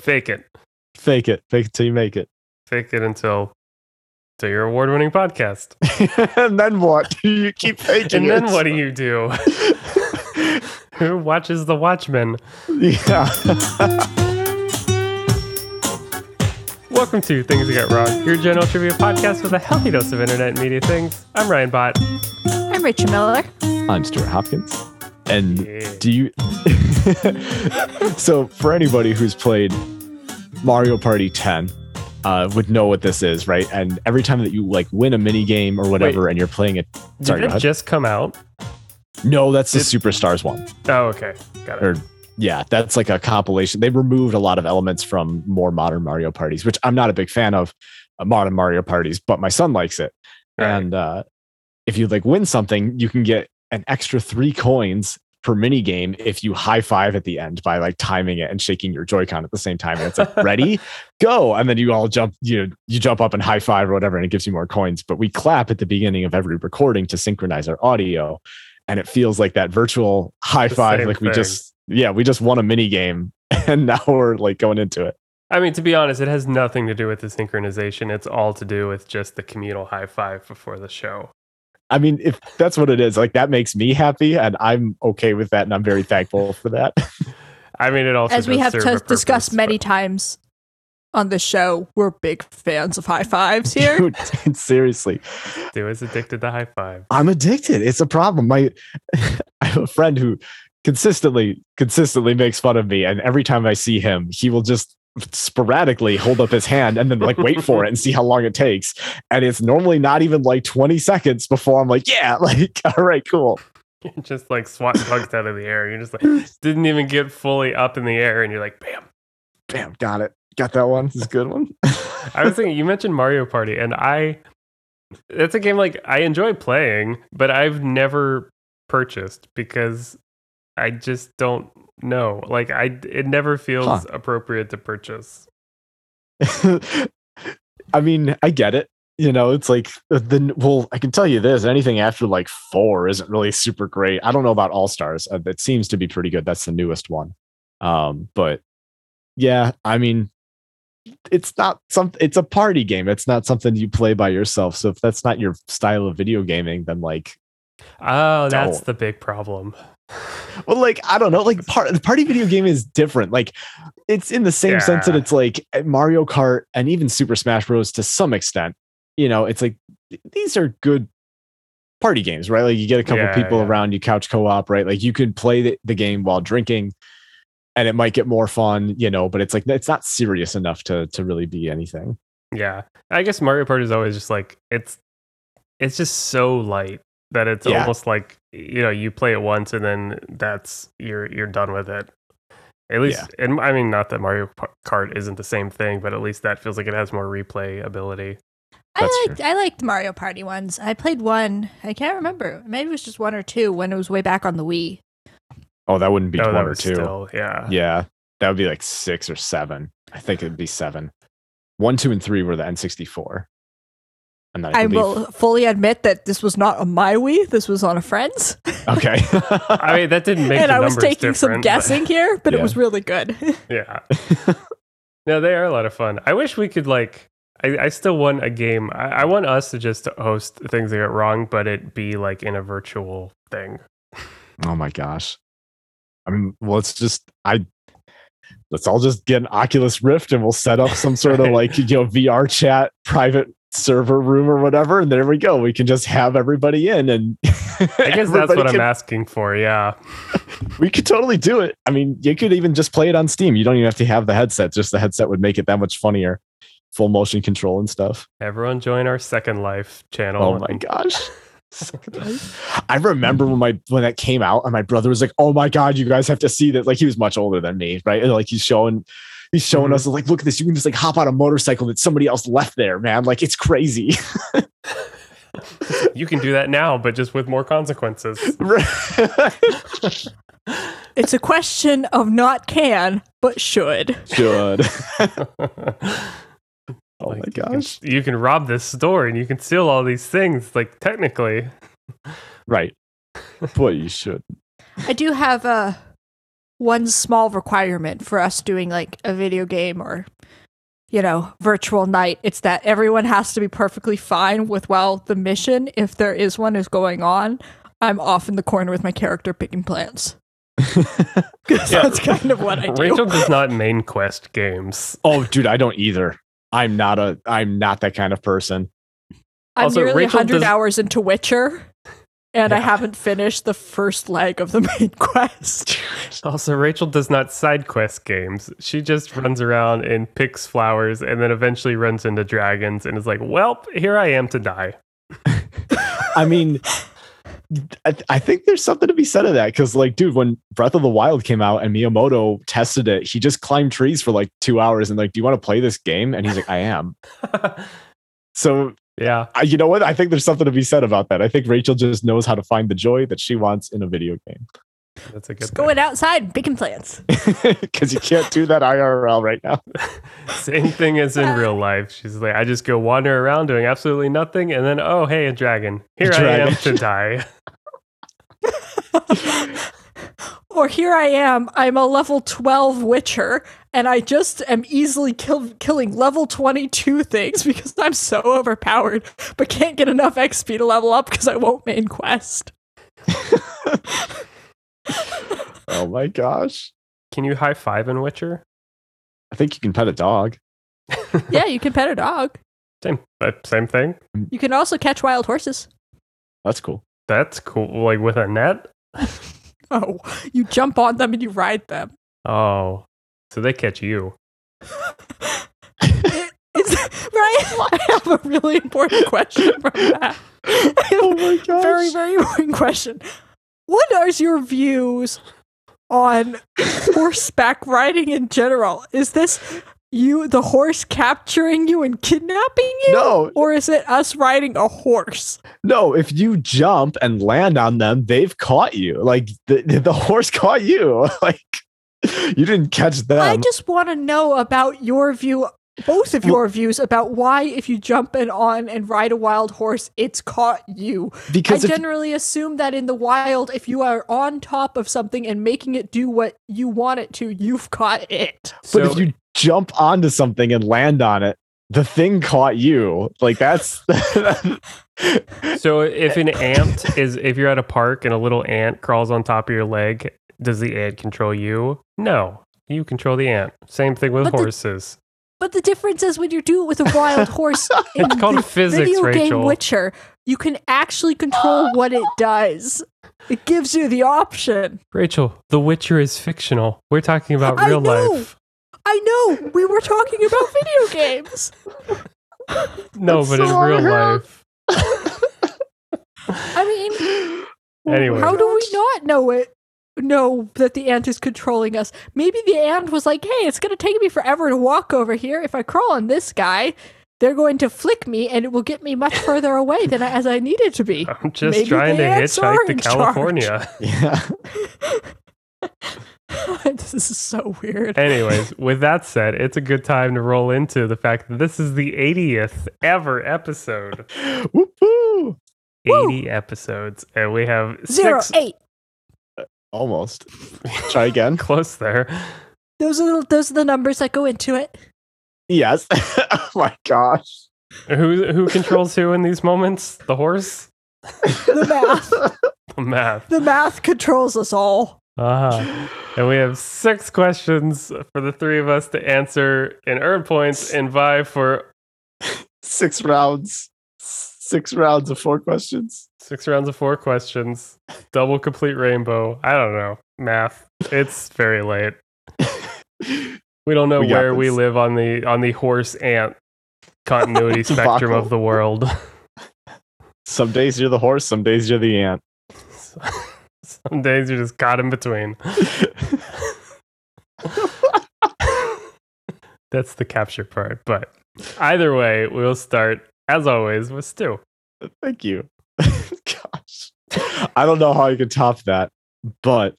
fake it. Fake it. Fake it till you make it. Fake it until to your award winning podcast. and then what? you keep faking and then it. what do you do? Who watches The Watchmen? Yeah. Welcome to Things That Get Wrong, your general trivia podcast with a healthy dose of internet and media things. I'm Ryan Bott. I'm Rachel Miller. I'm Stuart Hopkins. And Yeah. do you. so, for anybody who's played Mario Party 10, uh, would know what this is, right? And every time that you like win a mini game or whatever, and you're playing it, sorry, Did go it ahead. just come out? no, that's the did- Superstars one. Oh, okay. Got Er, Or- it. yeah, that's like a compilation. They removed a lot of elements from more modern Mario parties, which I'm not a big fan of uh, modern Mario parties, but my son likes it. Right. um, And uh, if you like win something, you can get an extra three coins per mini game if you high five at the end by like timing it and shaking your Joy-Con at the same time. And it's like ready, go, and then you all jump, you know, you jump up and high five or whatever, and it gives you more coins. But we clap at the beginning of every recording to synchronize our audio, and it feels like that virtual high The five, same like we thing. just yeah, we just won a mini game, and now we're like going into it. I mean, to be honest, it has nothing to do with the synchronization. It's all to do with just the communal high five before the show. I mean, if that's what it is, like that makes me happy, and I'm okay with that, and I'm very thankful for that. I mean, it also As we does have serve to- a purpose, discussed many but- times on the show, we're big fans of high fives here. Dude, seriously, Stu is addicted to high five. I'm addicted. It's a problem. My I have a friend who consistently consistently makes fun of me, and every time I see him, he will just sporadically hold up his hand and then like wait for it and see how long it takes. And it's normally not even like 20 seconds before I'm like, yeah, like all right, cool. You're just like swatting bugs out of the air. You're just like didn't even get fully up in the air, and you're like, bam. Bam, got it. Got that one. This is a good one. I was thinking you mentioned Mario Party, and I that's a game like I enjoy playing, but I've never purchased because I just don't know. Like I, it never feels Huh. appropriate to purchase. I mean, I get it. You know, it's like the well, I can tell you this: anything after like four isn't really super great. I don't know about All Stars; uh, that seems to be pretty good. That's the newest one, um, but yeah, I mean, it's not something. It's a party game. It's not something you play by yourself. So if that's not your style of video gaming, then like, Oh, that's Don't. the big problem. well, like I don't know. Like part the party video game is different. Like it's in the same sense that Yeah. it's like Mario Kart and even Super Smash Bros. to some extent. You know, it's like th- these are good party games, right? Like you get a couple Yeah, people yeah. around, you couch co-op, right? Like you can play the, the game while drinking, and it might get more fun, you know. But it's like it's not serious enough to to really be anything. Yeah, I guess Mario Party is always just like it's it's just so light that it's Yeah. almost like you know you play it once and then that's you're you're done with it. At least, and I mean, not that Mario Pa- Kart isn't the same thing, but at least that feels like it has more replay ability. That's I liked I liked Mario Party ones. I played one. I can't remember. Maybe it was just one or two when it was way back on the Wii. Oh, that wouldn't be Oh, one that or was two. still- yeah. Yeah, that would be like six or seven. I think it'd be seven. One, two, and three were the N64. And then I, I, believe. will fully admit that this was not on my Wii. This was on a friend's, Okay. I mean, that didn't make. and the I was numbers taking some different, but- guessing here, but Yeah. it was really good. Yeah. no, they are a lot of fun. I wish we could like. I, I still want a game. I, I want us to just host things that get wrong, but it be like in a virtual thing. oh my gosh. I mean, well, let's just I let's all just get an Oculus Rift and we'll set up some sort of Right. like you know VR chat private server room or whatever, and there we go. We can just have everybody in, and I guess that's what I'm asking for. Yeah. We could totally do it. I mean, you could even just play it on Steam. You don't even have to have the headset. Just the headset would make it that much funnier. Full motion control and stuff. Everyone join our Second Life channel. Oh my gosh. I remember when my when that came out and my brother was like, "Oh my god, you guys have to see that!" Like he was much older than me, right? And, like he's showing, he's showing Mhm. us like, "Look at this! You can just like hop on a motorcycle that somebody else left there, man! Like it's crazy." You can do that now, but just with more consequences. it's a question of not can, but should. Should oh Like, my you can- gosh, You can, rob this store and you can steal all these things. Like, technically. right? Boy, you should. I do have a uh, one small requirement for us doing like a video game or you know virtual night it's that everyone has to be perfectly fine with well the mission if there is one is going on i'm off in the corner with my character picking plants 'Cause Yeah. that's kind of what i do Rachel does not main quest games. oh, dude, I don't either. I'm not a. I'm not that kind of person. i'm Also, nearly Rachel 100 does- hours into witcher and i Yeah. haven't finished the first leg of the main quest Also, Rachel does not side quest games. She just runs around and picks flowers and then eventually runs into dragons and is like, Welp, here I am to die. I mean, I, I think there's something to be said of that because, like, dude, when Breath of the Wild came out and Miyamoto tested it, he just climbed trees for like two hours and like, do you want to play this game? And he's like, I am. So yeah. I, you know what? I think there's something to be said about that. I think Rachel just knows how to find the joy that she wants in a video game That's a good just thing. going outside and picking plants because you can't do that IRL right now. Same thing as in real life. She's like, I just go wander around doing absolutely nothing, and then oh hey, a dragon. Here I am Dragon. to die. or here I am, I'm a level 12 witcher, and I just am easily kill- killing level 22 things because I'm so overpowered, but can't get enough XP to level up because I won't main quest. Oh my gosh. Can you high five in Witcher? I think you can pet a dog. yeah, you can pet a dog. Same uh, same thing. You can also catch wild horses. That's cool. That's cool. Like with a net? Oh, you jump on them and you ride them. Oh. So they catch you. Is right? I have a really important question from that. Oh my gosh. very very important question what are your views on horseback riding in general is this you the horse capturing you and kidnapping you no, or is it us riding a horse no. If you jump and land on them, they've caught you. Like the, the horse caught you. Like you didn't catch them. i just want to know about your view both of Well- your views about why if you jump in on and ride a wild horse it's caught you I because if, generally assume that in the wild, if you are on top of something and making it do what you want it to, you've caught it. but so if you jump onto something and land on it, the thing caught you. Like that's so if an ant is if you're at a park and a little ant crawls on top of your leg, does the ant control you? No. You control the ant. Same thing with But the- horses. But the difference is when you do it with a wild horse in It's called the physics, video Rachel. game Witcher, you can actually control what it does. It gives you the option. Rachel, The Witcher is fictional. We're talking about I real know. life. I know we were talking about video games. No, but That's so in hard. real life. I mean, Anyway. how do we not know it? Know that the ant is controlling us. Maybe the ant was like, "Hey, it's gonna take me forever to walk over here. If I crawl on this guy, they're going to flick me, and it will get me much further away than I, as I need it to be." I'm just Maybe trying to the ants are hitchhike to in charge. California. Yeah. this is so weird. Anyways, with that said, it's a good time to roll into the fact that this is the 80th ever episode. Whoop, woo. 80 episodes, and we have Zero, six eight. Almost. Try again. close there. Those are the, those are the numbers that go into it. Yes. oh my gosh. Who who controls who in these moments? The horse? The math, The math. the math controls us all. Uh-huh. And we have six questions for the three of us to answer and earn points and vie for Six rounds. Six rounds of four questions. six rounds of four questions, double complete rainbow. I don't know. Math. It's very late. We don't know We got where we this. live on the on the horse ant continuity spectrum Debacle. of the world. Some days you're the horse, some days you're the ant. Some days you're just caught in between. That's the capture part. But either way, we'll start as always with Stu. Thank you. gosh. I don't know how you can top that, but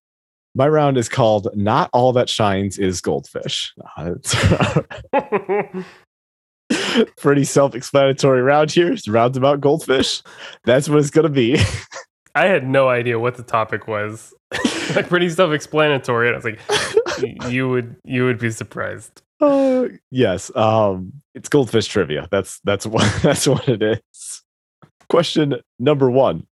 my round is called Not All That Shines is Goldfish. Uh, it's- pretty self-explanatory round here. It's rounds about goldfish. That's what it's gonna be. I had no idea what the topic was. like pretty self-explanatory. And I was like, you would you would be surprised. Uh, yes. Um, it's goldfish trivia. That's that's what that's what it is. Question number one: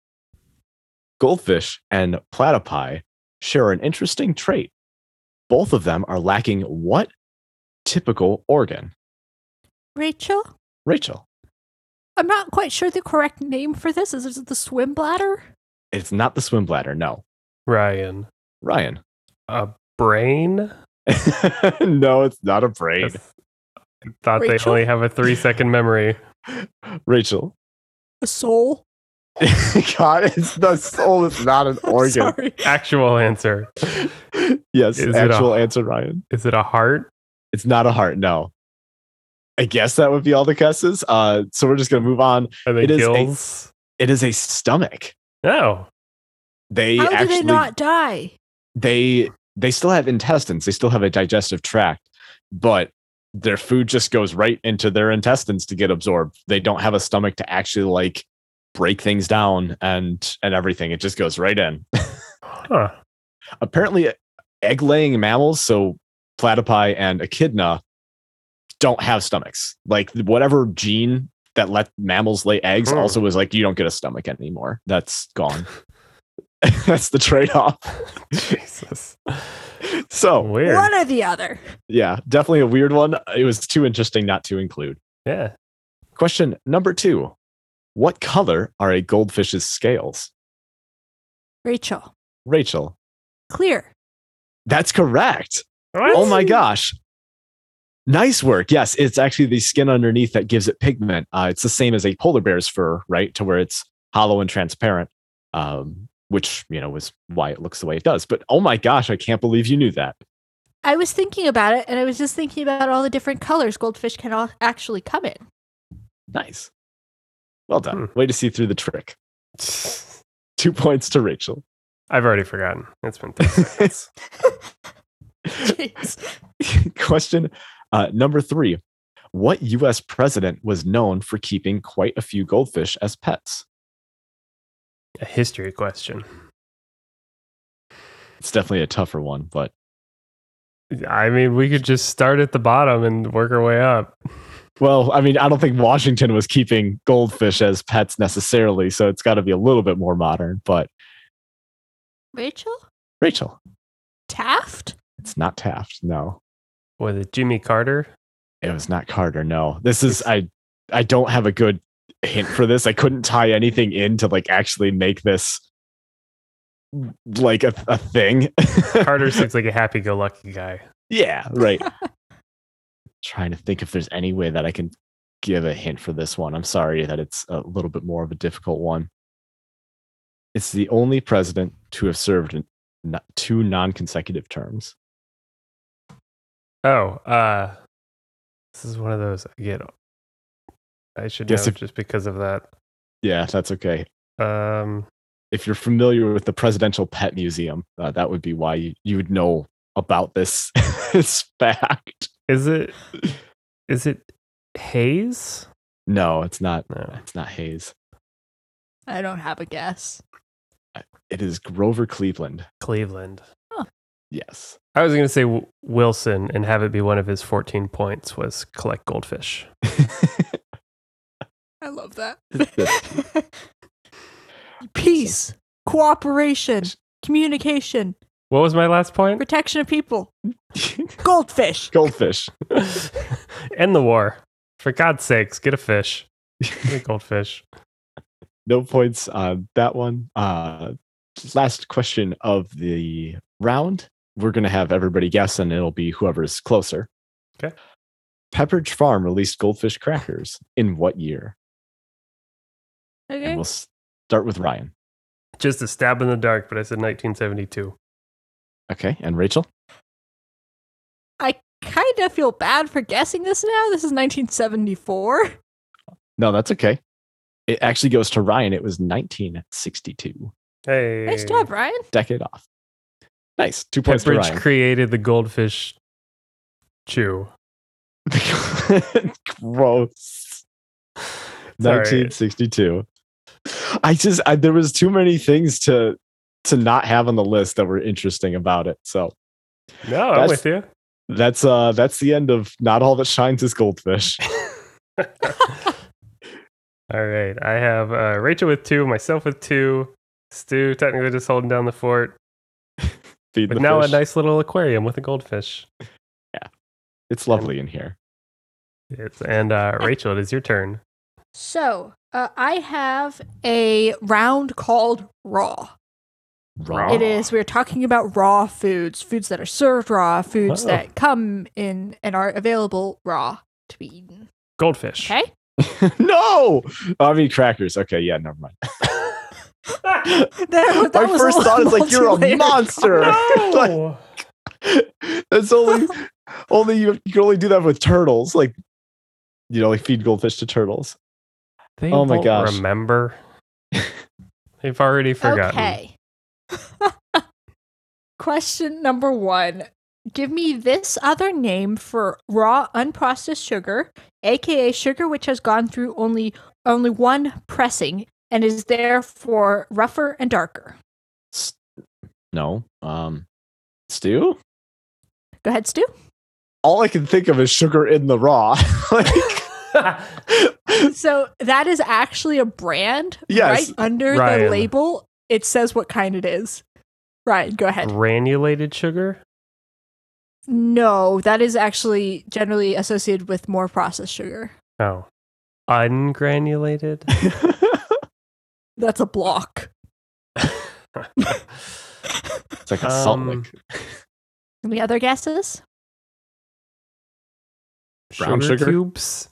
Goldfish and platypi share an interesting trait. Both of them are lacking what typical organ? Rachel? Rachel, I'm not quite sure the correct name for this. Is it the swim bladder? it's not the swim bladder. No, Ryan, Ryan. a brain? no, it's not a brain. That's- I thought they Rachel? only have a three-second memory. Rachel. A soul? God, it's the soul. It's not an I'm organ. Sorry. Actual answer. Yes, Is it actual a- answer, Ryan. Is it a heart? It's not a heart. No. I guess that would be all the guesses. Uh, so we're just gonna move on. Are they It is a- gills? It is a stomach. no. They How actually do they not die? they they still have intestines. They still have a digestive tract, but their food just goes right into their intestines to get absorbed. They don't have a stomach to actually like break things down and and everything. It just goes right in. Huh. apparently egg laying mammals, so platypi and echidna, don't have stomachs. Like whatever gene that let mammals lay eggs Hmm. also was like, you don't get a stomach anymore. That's gone. That's the trade off. Jesus. Oh. So, Weird. One or the other. yeah, definitely a weird one. It was too interesting not to include. Yeah. Question number two What color are a goldfish's scales? Rachel. Rachel, Clear. that's correct. What? Oh my gosh. Nice work. Yes, it's actually the skin underneath that gives it pigment. Uh, it's the same as a polar bear's fur, right? To where it's hollow and transparent, um, which, you know, is why it looks the way it does. But oh my gosh, I can't believe you knew that. I was thinking about it and I was just thinking about all the different colors goldfish can al- actually come in. Nice. Well done. Way to see through the trick. Two points to Rachel. I've already forgotten. It's been three seconds. Jeez. Question uh, number three What US president was known for keeping quite a few goldfish as pets? a history question. It's definitely a tougher one, but I mean, we could just start at the bottom and work our way up. Well, I mean, I don't think Washington was keeping goldfish as pets necessarily, so it's got to be a little bit more modern. But Rachel? Rachel, Taft? it's not Taft. No, Was it Jimmy Carter? it was not Carter. No, this is I. I don't have a good hint for this. I couldn't tie anything in to like actually make this like a, a thing. Carter seems like a happy-go-lucky guy. yeah, right. Trying to think if there's any way that I can give a hint for this one. I'm sorry that it's a little bit more of a difficult one. It's the only president to have served in no- two non-consecutive terms. Oh, uh, this is one of those I get. I should Yes, know if- just because of that. Yeah, that's okay. Um, If you're familiar with the Presidential Pet Museum, uh, that would be why you, you would know about this, this fact. is it is it Hayes? No, it's not. No. It's not Hayes. I don't have a guess. It is Grover Cleveland. Cleveland. Yes. I was gonna say w- Wilson and have it be one of his fourteen points was collect goldfish. I love that. That's- Peace, cooperation, communication, What was my last point? protection of people, goldfish. Goldfish. End the war. For God's sakes, get a fish. Get a goldfish. no points on that one. Uh, last question of the round. We're going to have everybody guess, and it'll be whoever's closer. Okay. Pepperidge Farm released goldfish crackers in what year? And Okay. we'll s- start with Ryan. Just a stab in the dark, but I said 1972. Okay. And Rachel? I kind of feel bad for guessing this now. This is 1974. No, that's okay. It actually goes to Ryan. It was 1962, Hey. Nice job, Ryan. decade off. Nice. Two points to Pepperidge Ryan. created the goldfish chew. Gross. Sorry. 1962. I just I, there was too many things to to not have on the list that were interesting about it. So No, I'm That's- with you. that's uh that's the end of not all that shines is goldfish. All right. I have uh, Rachel with two, myself with two, Stu technically just holding down the fort, Feed but the now fish. a nice little aquarium with a goldfish. it's lovely in here. It's, and uh, Rachel, it is your turn. So uh, I have a round called raw. Raw. It is. We're talking about raw foods, foods that are served raw, foods Oh. that come in and are available raw to be eaten. Goldfish. Okay. no. I mean crackers. Okay, yeah, never mind. That, that My was first a thought is like you're a multi-layered monster. Like, No! that's only only you, you can only do that with turtles. Like you know, like feed goldfish to turtles. They Oh my won't gosh. Remember? They've already forgotten. Okay. Question number one. Give me this other name for raw unprocessed sugar, aka sugar which has gone through only only one pressing and is therefore rougher and darker. No. Um stew? Go ahead, Stu. All I can think of is sugar in the raw. like So that is actually a brand. Yes. Right under the Ryan. label, it says what kind it is. Ryan, go ahead. Granulated sugar? No, that is actually generally associated with more processed sugar. Oh. Ungranulated? That's a block. It's like a salt Um, lick. Any other guesses? Brown sugar? cubes?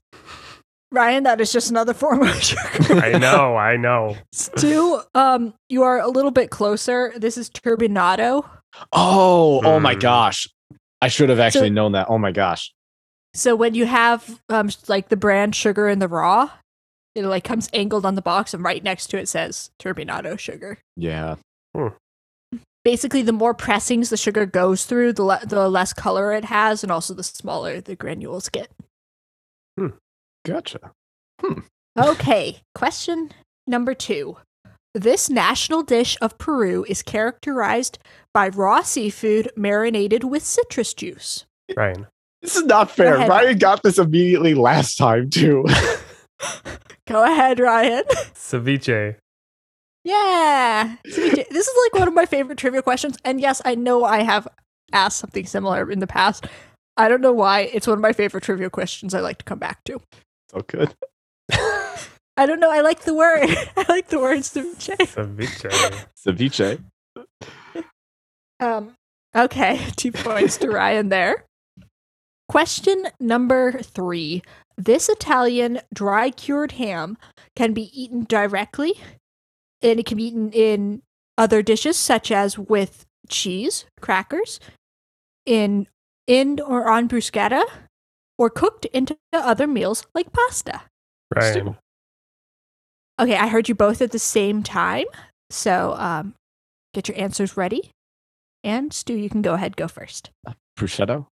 Ryan, that is just another form of sugar. I know, I know. Stu, um, you are a little bit closer. This is turbinado. Oh, oh my Hmm. gosh. I should have actually known that. Oh my gosh. So when you have um s- like the brand sugar in the raw, it like comes angled on the box and right next to it says turbinado sugar. Yeah. Basically, the more pressings the sugar goes through, the le- the less color it has, and also the smaller the granules get. Gotcha. Okay, question number two. This national dish of Peru is characterized by raw seafood marinated with citrus juice. Ryan. This is not fair. ahead. Ryan got this immediately last time too. Go ahead, Ryan. Ceviche. yeah. So we did- This is like one of my favorite trivia questions. And yes, I know I have asked something similar in the past. I don't know why. It's one of my favorite trivia questions I like to come back to. so good. I don't know. I like the word. I like the words to Ceviche. Ceviche. Um, okay, two points to Ryan there. Question number three. This Italian dry cured ham can be eaten directly, and it can be eaten in other dishes such as with cheese, crackers, in in or on bruschetta, or cooked into other meals like pasta. Ryan. Okay, I heard you both at the same time, so um, get your answers ready. And Stu, you can go ahead, go first. Prosciutto.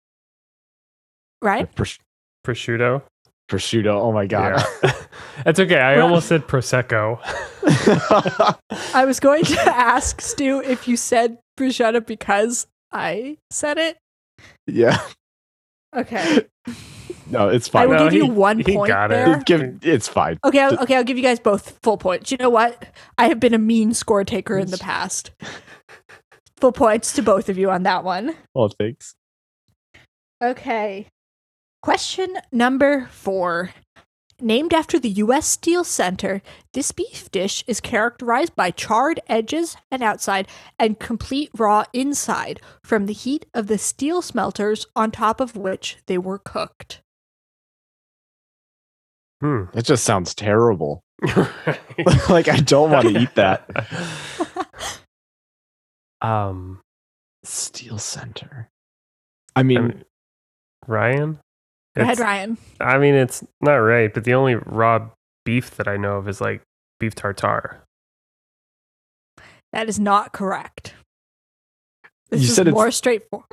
Right? Pros- Prosciutto. prosciutto. Oh my god. Yeah. That's okay. I Well- almost said Prosecco. I was going to ask Stu if you said bruschetta because I said it. yeah. Okay. No, it's I fine. will No, give you he- one he point got it. there. Give- it's fine. Okay, I'll, okay, I'll give you guys both full points. You know what? I have been a mean score taker in the past. Full points to both of you on that one. Well, thanks. Okay. Question number four. Named after the U.S. Steel Center, this beef dish is characterized by charred edges and outside and complete raw inside from the heat of the steel smelters on top of which they were cooked. Hmm. That just sounds terrible. like I don't want to eat that. um, Steel Center. I mean, I mean, Ryan? Go ahead, It's- Ryan. I mean, it's not right, but the only raw beef that I know of is like beef tartare. That is not correct. This You is said it's- more straightforward.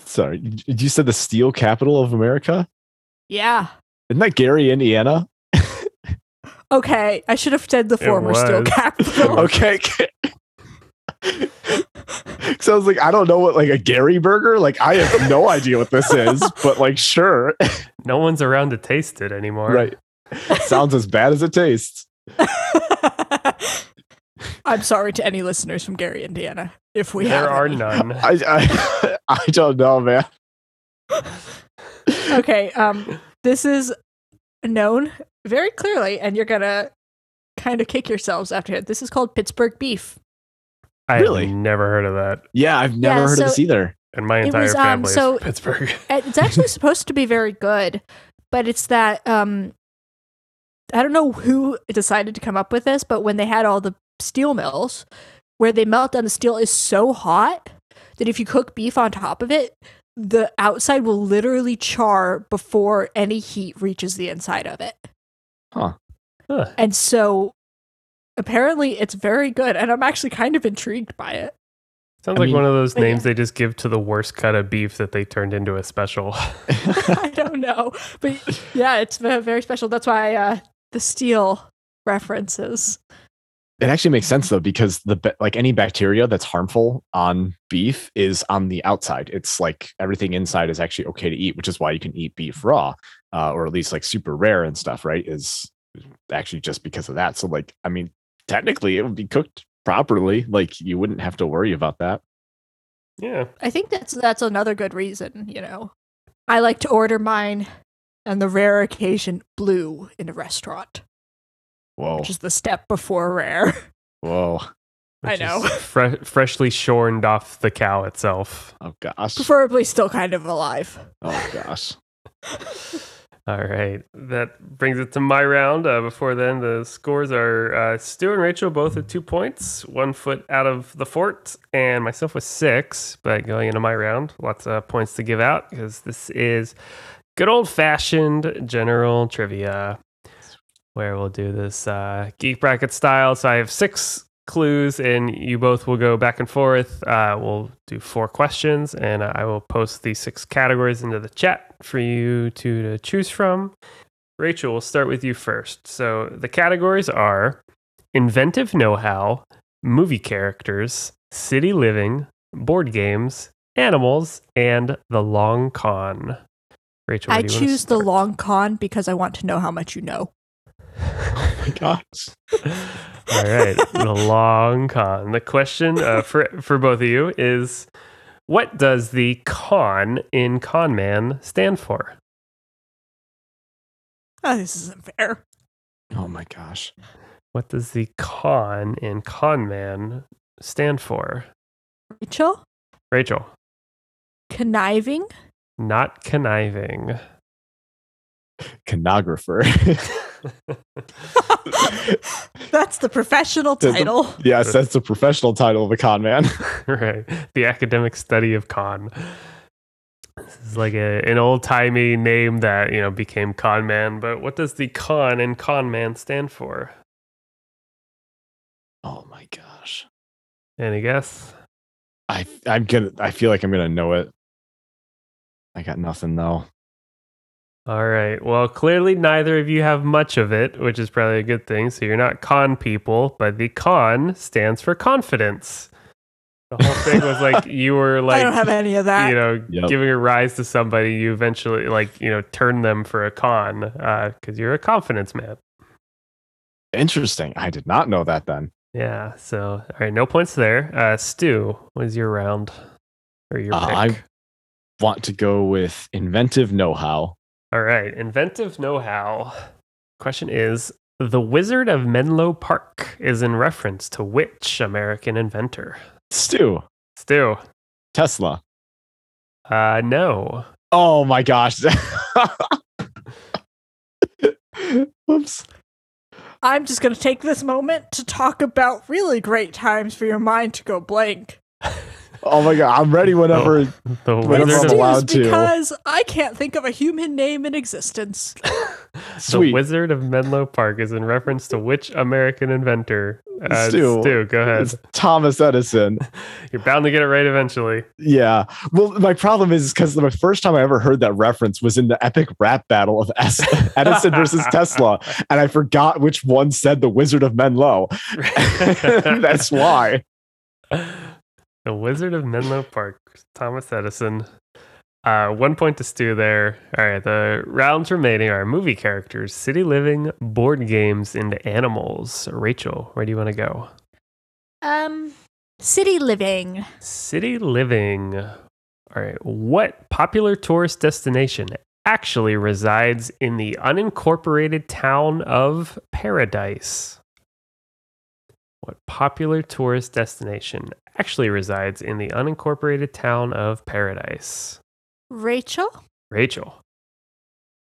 sorry. y- You said the steel capital of America? Yeah. Isn't that Gary, Indiana? Okay. I should have said the It former steel was. capital. Okay. so I was like, I don't know what like a Gary burger. Like I have no idea what this is, but like sure, No one's around to taste it anymore. right? Sounds as bad as it tastes. I'm sorry to any listeners from Gary, Indiana, if we there have are any. none. I I, I don't know, man. Okay, um, this is known very clearly, and you're gonna kind of kick yourselves after it. This is called Pittsburgh beef. I Really? have never heard of that. Yeah, I've never Yeah, heard so- of this either. And my It entire was, um, family is so- from Pittsburgh. And It's actually supposed to be very good, but it's that um, I don't know who decided to come up with this, but when they had all the steel mills, where they melt down the steel is so hot that if you cook beef on top of it, the outside will literally char before any heat reaches the inside of it. Huh. And so apparently it's very good and I'm actually kind of intrigued by it. Sounds I like mean- one of those But yeah. names they just give to the worst cut of beef that they turned into a special. I don't know. But yeah, it's ve- very special. That's why uh the steel references. It actually makes sense though because the ba- like any bacteria that's harmful on beef is on the outside. It's like everything inside is actually okay to eat, which is why you can eat beef raw, uh, or at least like super rare and stuff. Right? Is actually just because of that. So like, I mean, technically it would be cooked properly. Like you wouldn't have to worry about that. yeah. I think that's that's another good reason, you know. I like to order mine on the rare occasion blue in a restaurant, Whoa, which is the step before rare. whoa, I which is know. fre- freshly shorned off the cow itself. oh gosh, Preferably still kind of alive. oh gosh. All right. That brings it to my round. Uh, before then, the scores are uh, Stu and Rachel both at two points, one foot out of the fort, and myself with six. But going into my round, lots of points to give out because this is good old fashioned general trivia where we'll do this uh, geek bracket style. So I have six clues, and you both will go back and forth. Uh, we'll do four questions, and I will post the six categories into the chat for you two to choose from. Rachel, we'll start with you first. So the categories are inventive know how, movie characters, city living, board games, animals, and the long con. Rachel, where I do you wanna choose the start? long con because I want to know how much you know. Oh my gosh. All right, the long con. The question uh, for for both of you is, what does the con in Con Man stand for? Oh, this isn't fair. Oh my gosh. What does the con in Con Man stand for? Rachel? Rachel, Conniving? not conniving. Canographer. That's the professional Does the- title. yes, that's the professional title of a con man. right, the academic study of con. This is like a, an old timey name that you know became Con Man. But what does the con in Con Man stand for? Oh my gosh. Any guess? I I'm gonna I feel like I'm gonna know it. I got nothing though. All right. Well, clearly neither of you have much of it, which is probably a good thing. So you're not con people, but the con stands for confidence. The whole thing was like you were I don't like have any of that. you know Yep. giving a rise to somebody. You eventually like you know turn them for a con because you're a confidence man. Interesting. I did not know that then. Yeah. So all right, no points there. Uh, Stu, what is your round or your Uh, pick? I want to go with inventive know-how. All right, inventive know-how. Question is: The Wizard of Menlo Park is in reference to which American inventor? Stu, Stu, Tesla. uh, no. Oh my gosh. Oops. I'm just going to take this moment to talk about really great times for your mind to go blank. Oh my god. I'm ready whenever The Wait, I'm It's Wizard, just of, allowed to. because I can't think of a human name in existence. the sweet. Wizard of Menlo Park is in reference to which American inventor? Uh, Stu. Stu. go ahead. It's Thomas Edison. You're bound to get it right eventually. Yeah. Well, my problem is because the first time I ever heard that reference was in the epic rap battle of Es- Edison versus Tesla, and I forgot which one said the Wizard of Menlo. That's why. the Wizard of Menlo Park, Thomas Edison. Uh, one point to Stu there. All right, the rounds remaining are movie characters, city living, board games, and animals. Rachel, where do you want to go? Um, city living. City living. All right, what popular tourist destination actually resides in the unincorporated town of Paradise? What popular tourist destination actually resides in the unincorporated town of Paradise? Rachel? Rachel.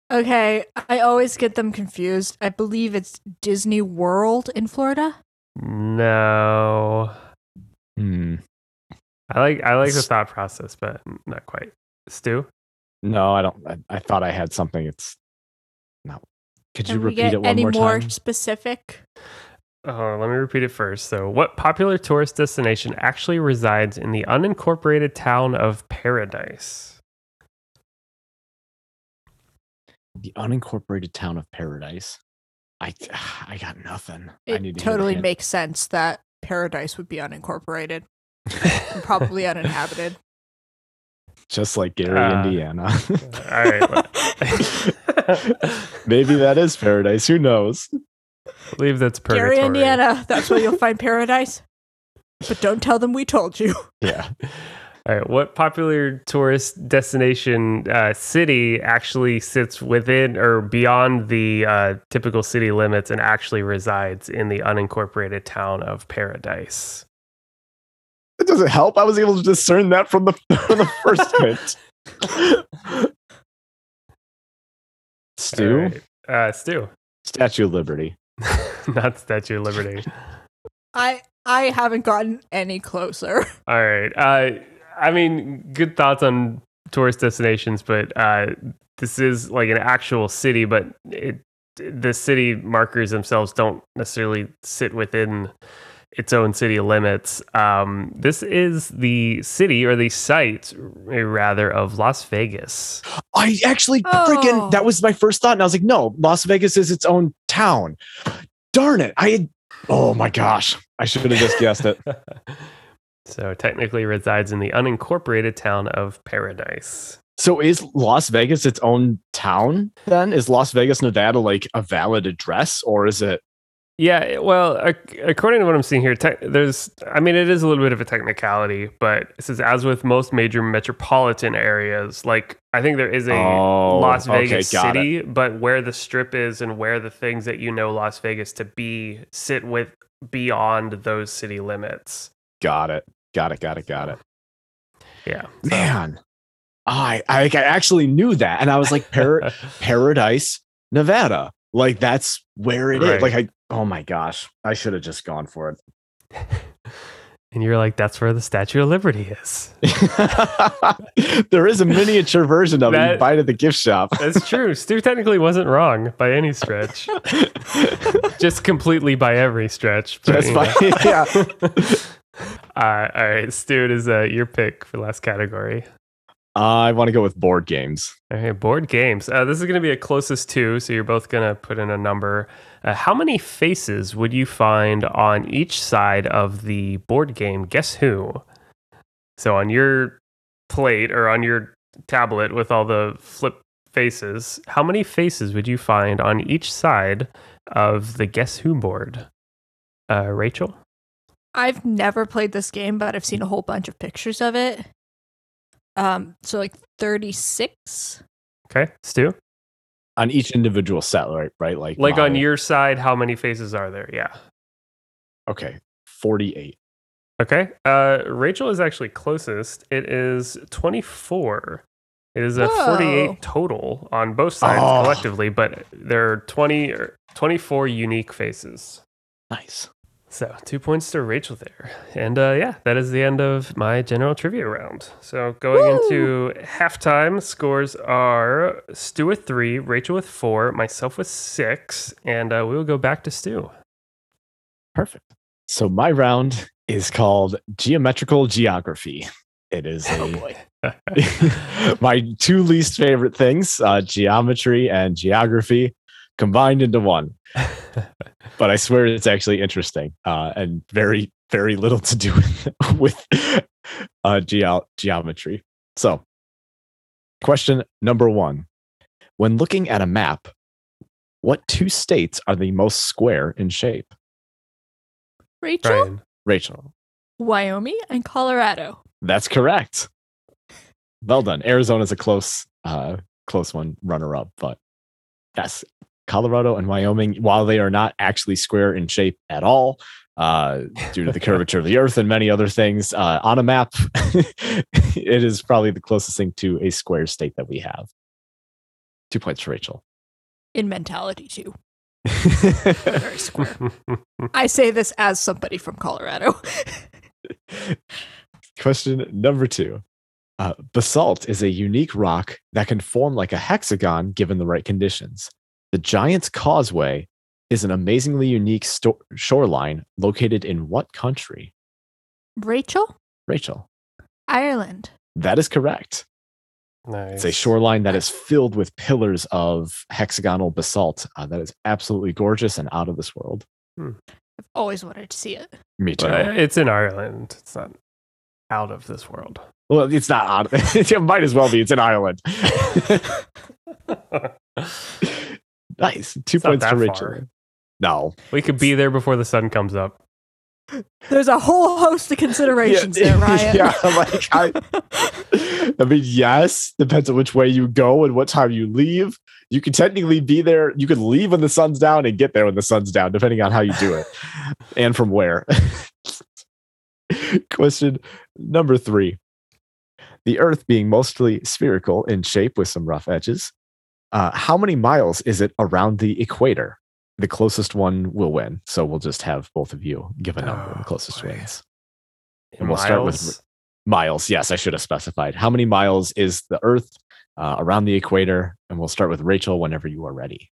Okay, I always get them confused. I believe it's Disney World in Florida. No. Hmm. I like I like the S- thought process, but not quite. Stu? No, I don't. I, I thought I had something. It's no. Could you Can we repeat get it one any more more time? specific? Oh, let me repeat it first. So, what popular tourist destination actually resides in the unincorporated town of Paradise? The unincorporated town of Paradise. I I got nothing. I It need to hear the totally hint. makes sense that Paradise would be unincorporated and probably uninhabited. just like Gary, Uh, Indiana. All right. let- Maybe that is paradise. Who knows? I believe that's purgatory. Gary, Indiana. That's where you'll find Paradise. But don't tell them we told you. Yeah. All right. What popular tourist destination uh, city actually sits within or beyond the uh, typical city limits and actually resides in the unincorporated town of Paradise? It doesn't help. I was able to discern that from the from the first hint. Stu, All right. Uh, Stu. Statue of Liberty. Not Statue of Liberty. I I haven't gotten any closer. All right. Uh, I mean, good thoughts on tourist destinations, but uh, this is like an actual city, but it, the city markers themselves don't necessarily sit within its own city limits. Um, this is the city or the site, eh, rather, of Las Vegas. I actually freaking Oh. that was my first thought, and I was like, no, Las Vegas is its own town. Darn it! I had, oh my gosh, I should have just guessed it. so technically resides in the unincorporated town of Paradise. So is Las Vegas its own town? Then is Las Vegas, Nevada, like a valid address, or is it? Yeah, eh, well, ac- according to what I'm seeing here, tech there's, I mean, it is a little bit of a technicality, but it says, as with most major metropolitan areas, like, I think there is a oh, Las okay, Vegas got it. city, but where the strip is and where the things that you know Las Vegas to be sit with beyond those city limits. Got it. Got it. Got it. Got it. Yeah. so- Man, I I, I actually knew that, and I was like, Par- Paradise, Nevada. Like that's where it is. Right. Like I. Oh my gosh, I should have just gone for it. and you're like, that's where the Statue of Liberty is. there is a miniature version of it. That- You buy it at the gift shop. That's true. Stu technically wasn't wrong by any stretch, just completely by every stretch. but, Just you by know. yeah. Uh, all right, Stu, it is uh, your pick for last category. I want to go with board games. All right, board games. Uh, this is going to be a closest two, so you're both going to put in a number. Uh, how many faces would you find on each side of the board game Guess Who? So on your plate or on your tablet with all the flip faces, how many faces would you find on each side of the Guess Who board? Uh, Rachel? I've never played this game, but I've seen a whole bunch of pictures of it. Um, so like thirty six. Okay, Stu? on each individual set, right? Right, like Like on my- your side, how many faces are there? Yeah. okay, forty-eight. Okay. Uh, Rachel is actually closest. It is 24. It is a Whoa. 48 total on both sides Oh. collectively, but there are 20 or 24 unique faces. Nice. So two points to Rachel there. And uh, yeah, that is the end of my general trivia round. So going Woo! into halftime, scores are Stu with three, Rachel with four, myself with six, and uh, we will go back to Stu. Perfect. So my round is called geometrical geography. It is a Oh, boy. my two least favorite things, uh, geometry and geography, combined into one. But I swear it's actually interesting uh, and very very little to do with, with uh, geo- geometry. So, question number one When looking at a map, what two states are the most square in shape? Rachel, Brian. Rachel, Wyoming, and Colorado. that's correct. Well done. Arizona's a close, uh, close one runner up, but yes, Colorado and Wyoming, while they are not actually square in shape at all, uh, due to the curvature of the earth and many other things uh, on a map, it is probably the closest thing to a square state that we have. Two points for Rachel. In mentality too. We're I very square. I say this as somebody from Colorado. Question number two. Uh, basalt is a unique rock that can form like a hexagon given the right conditions. The Giant's Causeway is an amazingly unique sto- shoreline located in what country? Rachel, Rachel, Ireland. that is correct. nice. It's a shoreline that is filled with pillars of hexagonal basalt uh, that is absolutely gorgeous and out of this world. I've always wanted to see it. Me too. But it's in Ireland. It's not out of this world. well, it's not out. it might as well be. It's in Ireland. nice. Two It's not points that far. for Rachel. No, we could be there before the sun comes up. There's a whole host of considerations there, Ryan. Yeah, like I, I mean, yes, depends on which way you go and what time you leave. You could technically be there. You could leave when the sun's down and get there when the sun's down, depending on how you do it and from where. Question number three: The Earth being mostly spherical in shape with some rough edges, uh, how many miles is it around the equator? The closest one will win. So we'll just have both of you give a number. and Oh, the closest boy. wins And we'll start with- Miles? miles. Yes, I should have specified. How many miles is the Earth uh, around the equator? And we'll start with Rachel whenever you are ready.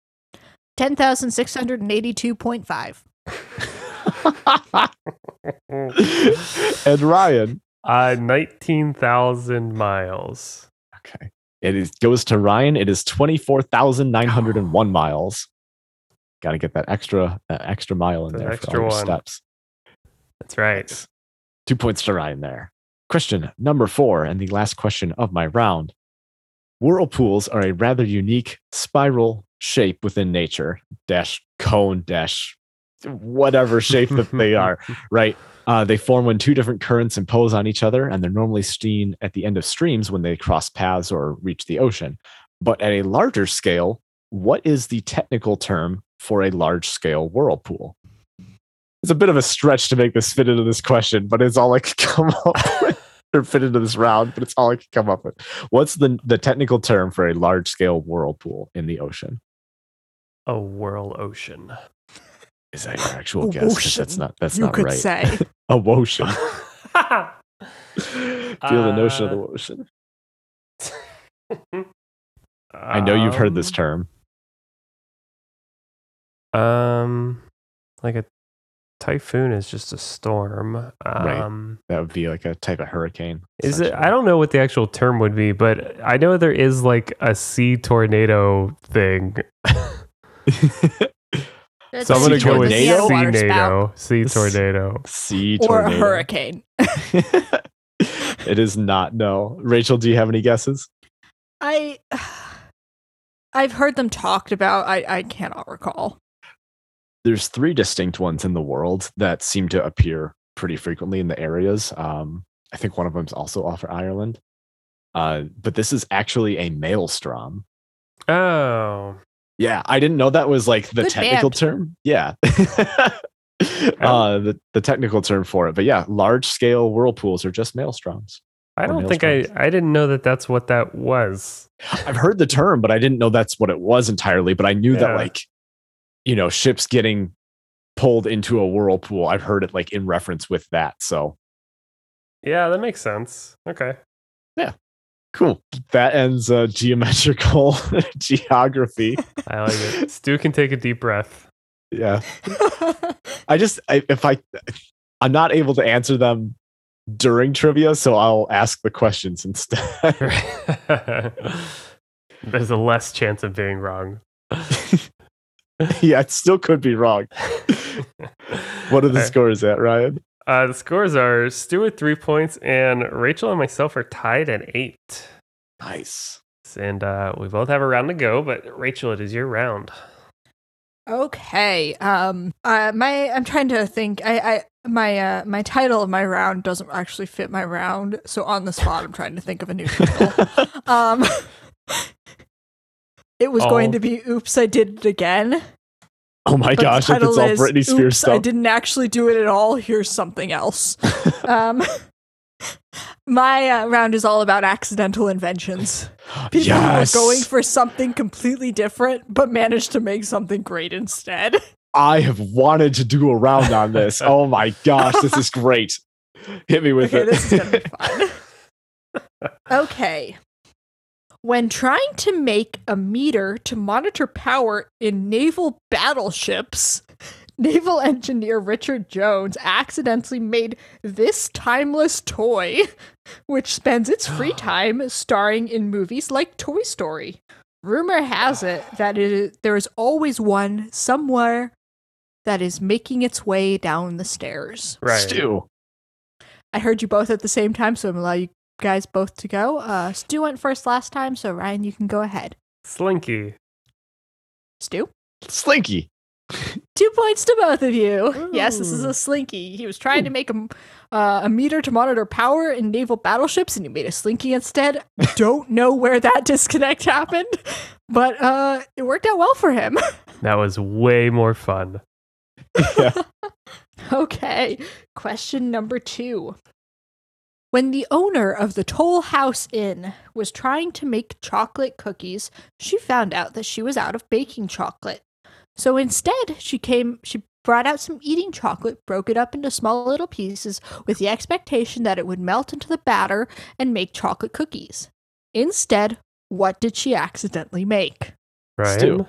10,682.5. and Ryan. uh, 19,000 miles. Okay. It is, goes to Ryan. It is 24,901 miles. Got to get that extra that extra mile in The there extra for all your one. steps. That's right. Two points to Ryan there. Question number four, and the last question of my round. Whirlpools are a rather unique spiral shape within nature, dash cone, dash whatever shape that they are, right? Uh, they form when two different currents impose on each other, and they're normally seen at the end of streams when they cross paths or reach the ocean. But at a larger scale, what is the technical term for a large scale whirlpool? It's a bit of a stretch to make this fit into this question, but it's all I could come up with or fit into this round, but it's all I could come up with. What's the, the technical term for a large scale whirlpool in the ocean? A whirl ocean. Is that your actual guess? 'Cause That's Ocean, not that's you not could right. say. a ocean. Feel the notion of Uh, the ocean. I know you've heard this Um, term. Um, like a typhoon is just a storm. Right. Um, That would be like a type of hurricane. Is it? essentially. I don't know what the actual term would be, but I know there is like a sea tornado thing. So I'm Sea gonna go with sea tornado? tornado. Sea S- tornado. sea Or a tornado. hurricane. it is not. No, Rachel, do you have any guesses? I I've heard them talked about. I, I cannot recall. There's three distinct ones in the world that seem to appear pretty frequently in the areas. Um, I think one of them's also off Ireland. Uh, but this is actually a maelstrom. Oh, Yeah, I didn't know that was like the Good technical band. term. Yeah. uh, the, the technical term for it. But yeah, large scale whirlpools are just maelstroms. I Or don't think I. maelstroms. I didn't know that. That's what that was. I've heard the term, but I didn't know that's what it was entirely. But I knew that Yeah. like, you know, ships getting pulled into a whirlpool. I've heard it like in reference with that. So Yeah, that makes sense. Okay. cool. That ends uh, geometrical geography. I like it. Stu can take a deep breath. Yeah. I just I, if I I'm not able to answer them during trivia, so I'll ask the questions instead. There's a less chance of being wrong. yeah, it still could be wrong. What are the All right. scores at, Ryan? Uh, the scores are Stu at three points, and Rachel and myself are tied at eight. Nice. And uh, we both have a round to go, but Rachel, it is your round. Okay. Um. Uh. My. I'm trying to think. I. I. My. Uh. My title of my round doesn't actually fit my round. So on the spot, I'm trying to think of a new title. Oh um. it was going All- to be. Oops! I did it again. oh my but the gosh, like title it's all is, Britney Spears "Oops, I stuff. didn't actually do it at all. Here's something else. um. My uh, round is all about accidental inventions. People yes. who are going for something completely different, but managed to make something great instead. I have wanted to do a round on this. oh my gosh, this is great. Hit me with okay, it. this is gonna be fun. okay. When trying to make a meter to monitor power in naval battleships, naval engineer Richard Jones accidentally made this timeless toy, which spends its free time starring in movies like Toy Story. Rumor has it that it is, there is always one somewhere that is making its way down the stairs. Right. Stu. I heard you both at the same time, so I'm gonna allow you guys both to go. Uh, Stu went first last time, so Ryan, you can go ahead. Slinky. Stu, Slinky. two points to both of you. Yes, this is Ooh. a slinky. He was trying to make a m- uh, a meter to monitor power in naval battleships, and he made a slinky instead. Don't know where that disconnect happened, but uh, it worked out well for him. That was way more fun. Okay, question number two. When the owner of the Toll House Inn was trying to make chocolate cookies, she found out that she was out of baking chocolate. So instead, she came she brought out some eating chocolate, broke it up into small little pieces with the expectation that it would melt into the batter and make chocolate cookies. Instead, what did she accidentally make? Ryan. Stu.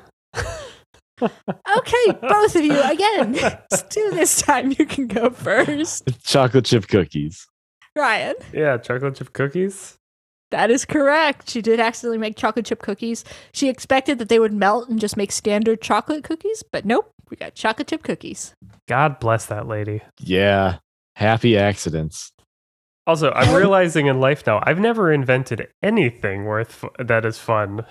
Okay, both of you again. Stu, this time you can go first. Chocolate chip cookies. Ryan. Yeah, chocolate chip cookies. That is correct. She did accidentally make chocolate chip cookies. She expected that they would melt and just make standard chocolate cookies, but nope, we got chocolate chip cookies. God bless that lady. Yeah. Happy accidents. Also, I'm realizing in life now, I've never invented anything worth f- that is fun.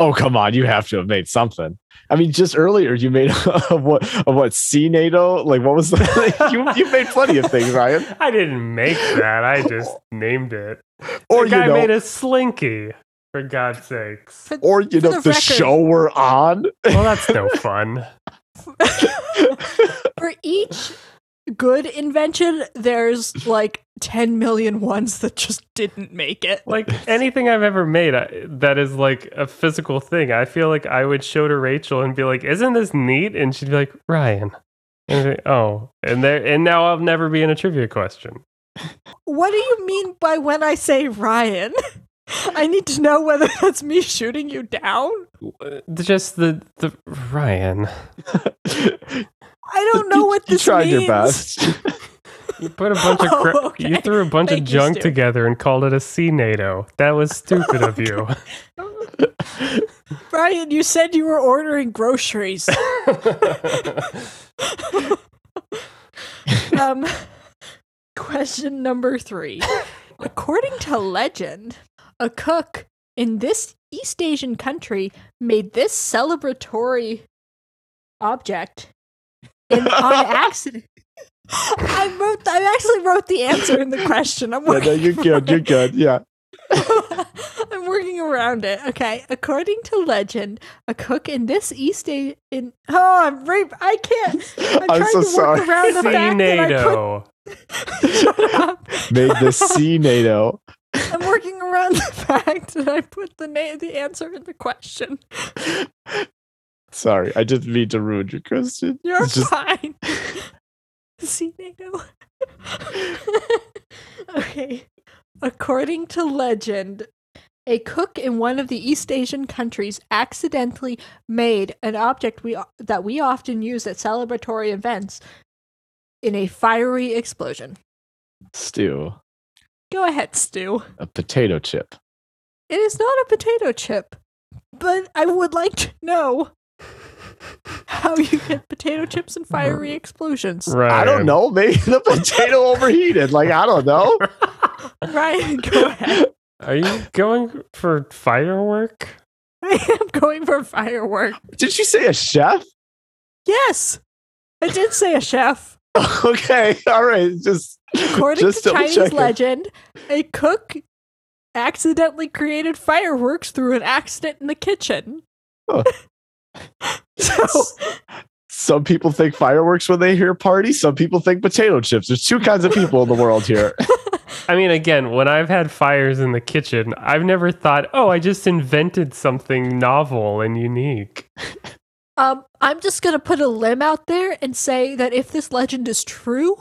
Oh come on, you have to have made something. I mean, just earlier you made a, what a what C NATO? Like what was the you you made plenty of things, Ryan. I didn't make that. I just named it. Or the you guy know, made a slinky. For God's sakes. For- or you for know, the the, record- show we're on. Well, that's no fun. For each good invention, there's like 10 million ones that just didn't make it. Like anything I've ever made I, that is like a physical thing, I feel like I would show to Rachel and be like, "Isn't this neat?" And she'd be like, "Ryan." And I'd be like, oh, and there, and now I'll never be in a trivia question. What do you mean by when I say Ryan? I need to know whether that's me shooting you down. Uh, Just the the Ryan. I don't know what you this tried means. your best. You put a bunch of cra- Oh, okay. you threw a bunch of Thank you, junk Stu. together and called it a C NATO. That was stupid of you. Ryan, you said you were ordering groceries. um, question number three. According to legend, a cook in this East Asian country made this celebratory object in, on accident. I wrote. I actually wrote the answer in the question. I'm Yeah, no, working. you're good. You're good. Yeah. I'm working around it. Okay. According to legend, a cook in this East A- in oh, I'm rape. I can't. I'm, I'm trying so to work sorry. around the C fact that I put. NATO. Shut up. Made the C NATO. I'm working around the fact that I put the na- the answer in the question. Sorry, I didn't mean to ruin your Christian. You're It's just- fine. See NATO. okay. According to legend, a cook in one of the East Asian countries accidentally made an object we that we often use at celebratory events in a fiery explosion. Stew. Go ahead, Stu. A potato chip. It is not a potato chip, but I would like to know how you get potato chips and fiery explosions. Right. I don't know. Maybe the potato overheated. Like I don't know. Ryan, go ahead. Are you going for firework? I am going for firework. Did you say a chef? Yes, I did say a chef. Okay. All right. Just According Just to double Chinese checking. legend, a cook accidentally created fireworks through an accident in the kitchen. Huh. so some people think fireworks when they hear party. Some people think potato chips. There's two kinds of people in the world here. I mean, again, when I've had fires in the kitchen, I've never thought, oh, I just invented something novel and unique. um, I'm just gonna put a limb out there and say that if this legend is true,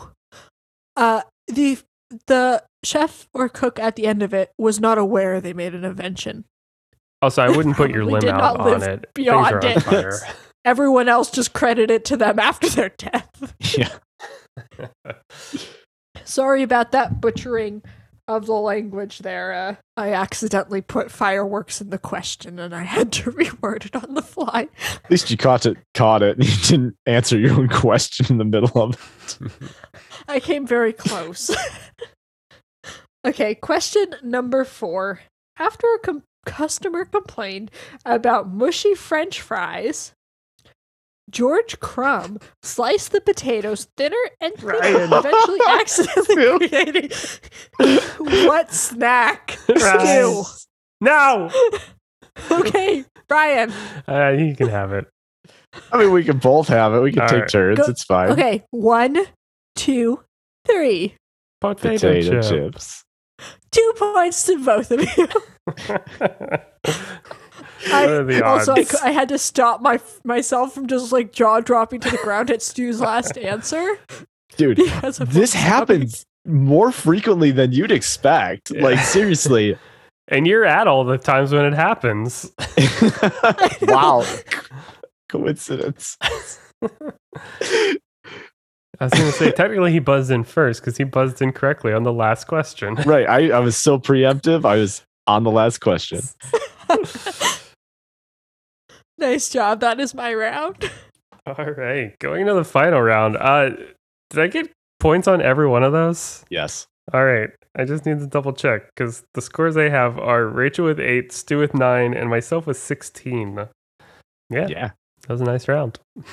uh, the the chef or cook at the end of it was not aware they made an invention. Also, I wouldn't put your Probably limb did out not live on it. Things beyond are on it. fire. Everyone else just credited to them after their death. Yeah. Sorry about that butchering of the language there. Uh, I accidentally put fireworks in the question and I had to reword it on the fly. At least you caught it. Caught it. You didn't answer your own question in the middle of it. I came very close. okay, question number four. After a com- customer complained about mushy french fries, George Crumb sliced the potatoes thinner and thinner, Ryan. eventually accidentally creating what snack? Stew. Ryan. no! Okay, Brian. Uh, you can have it. I mean, we can both have it. We can All take right. turns. Go- it's fine. Okay, one, two, three. Potato, Potato chip. chips. Two points to both of you. What are the also, I, odds? cou- I had to stop my myself from just like jaw dropping to the ground at Stu's last answer. Dude, because of this what's happens more frequently than you'd expect. Yeah. Like, seriously. and you're at all the times when it happens. wow. Coincidence. I was going to say, technically, he buzzed in first because he buzzed in correctly on the last question. Right. I, I was so preemptive. I was on the last question. happening. Nice job. That is my round. All right, going to the final round. Uh, did I get points on every one of those? Yes. All right, I just need to double check because the scores I have are Rachel with eight, Stu with nine, and myself with sixteen. That Yeah. was a nice round.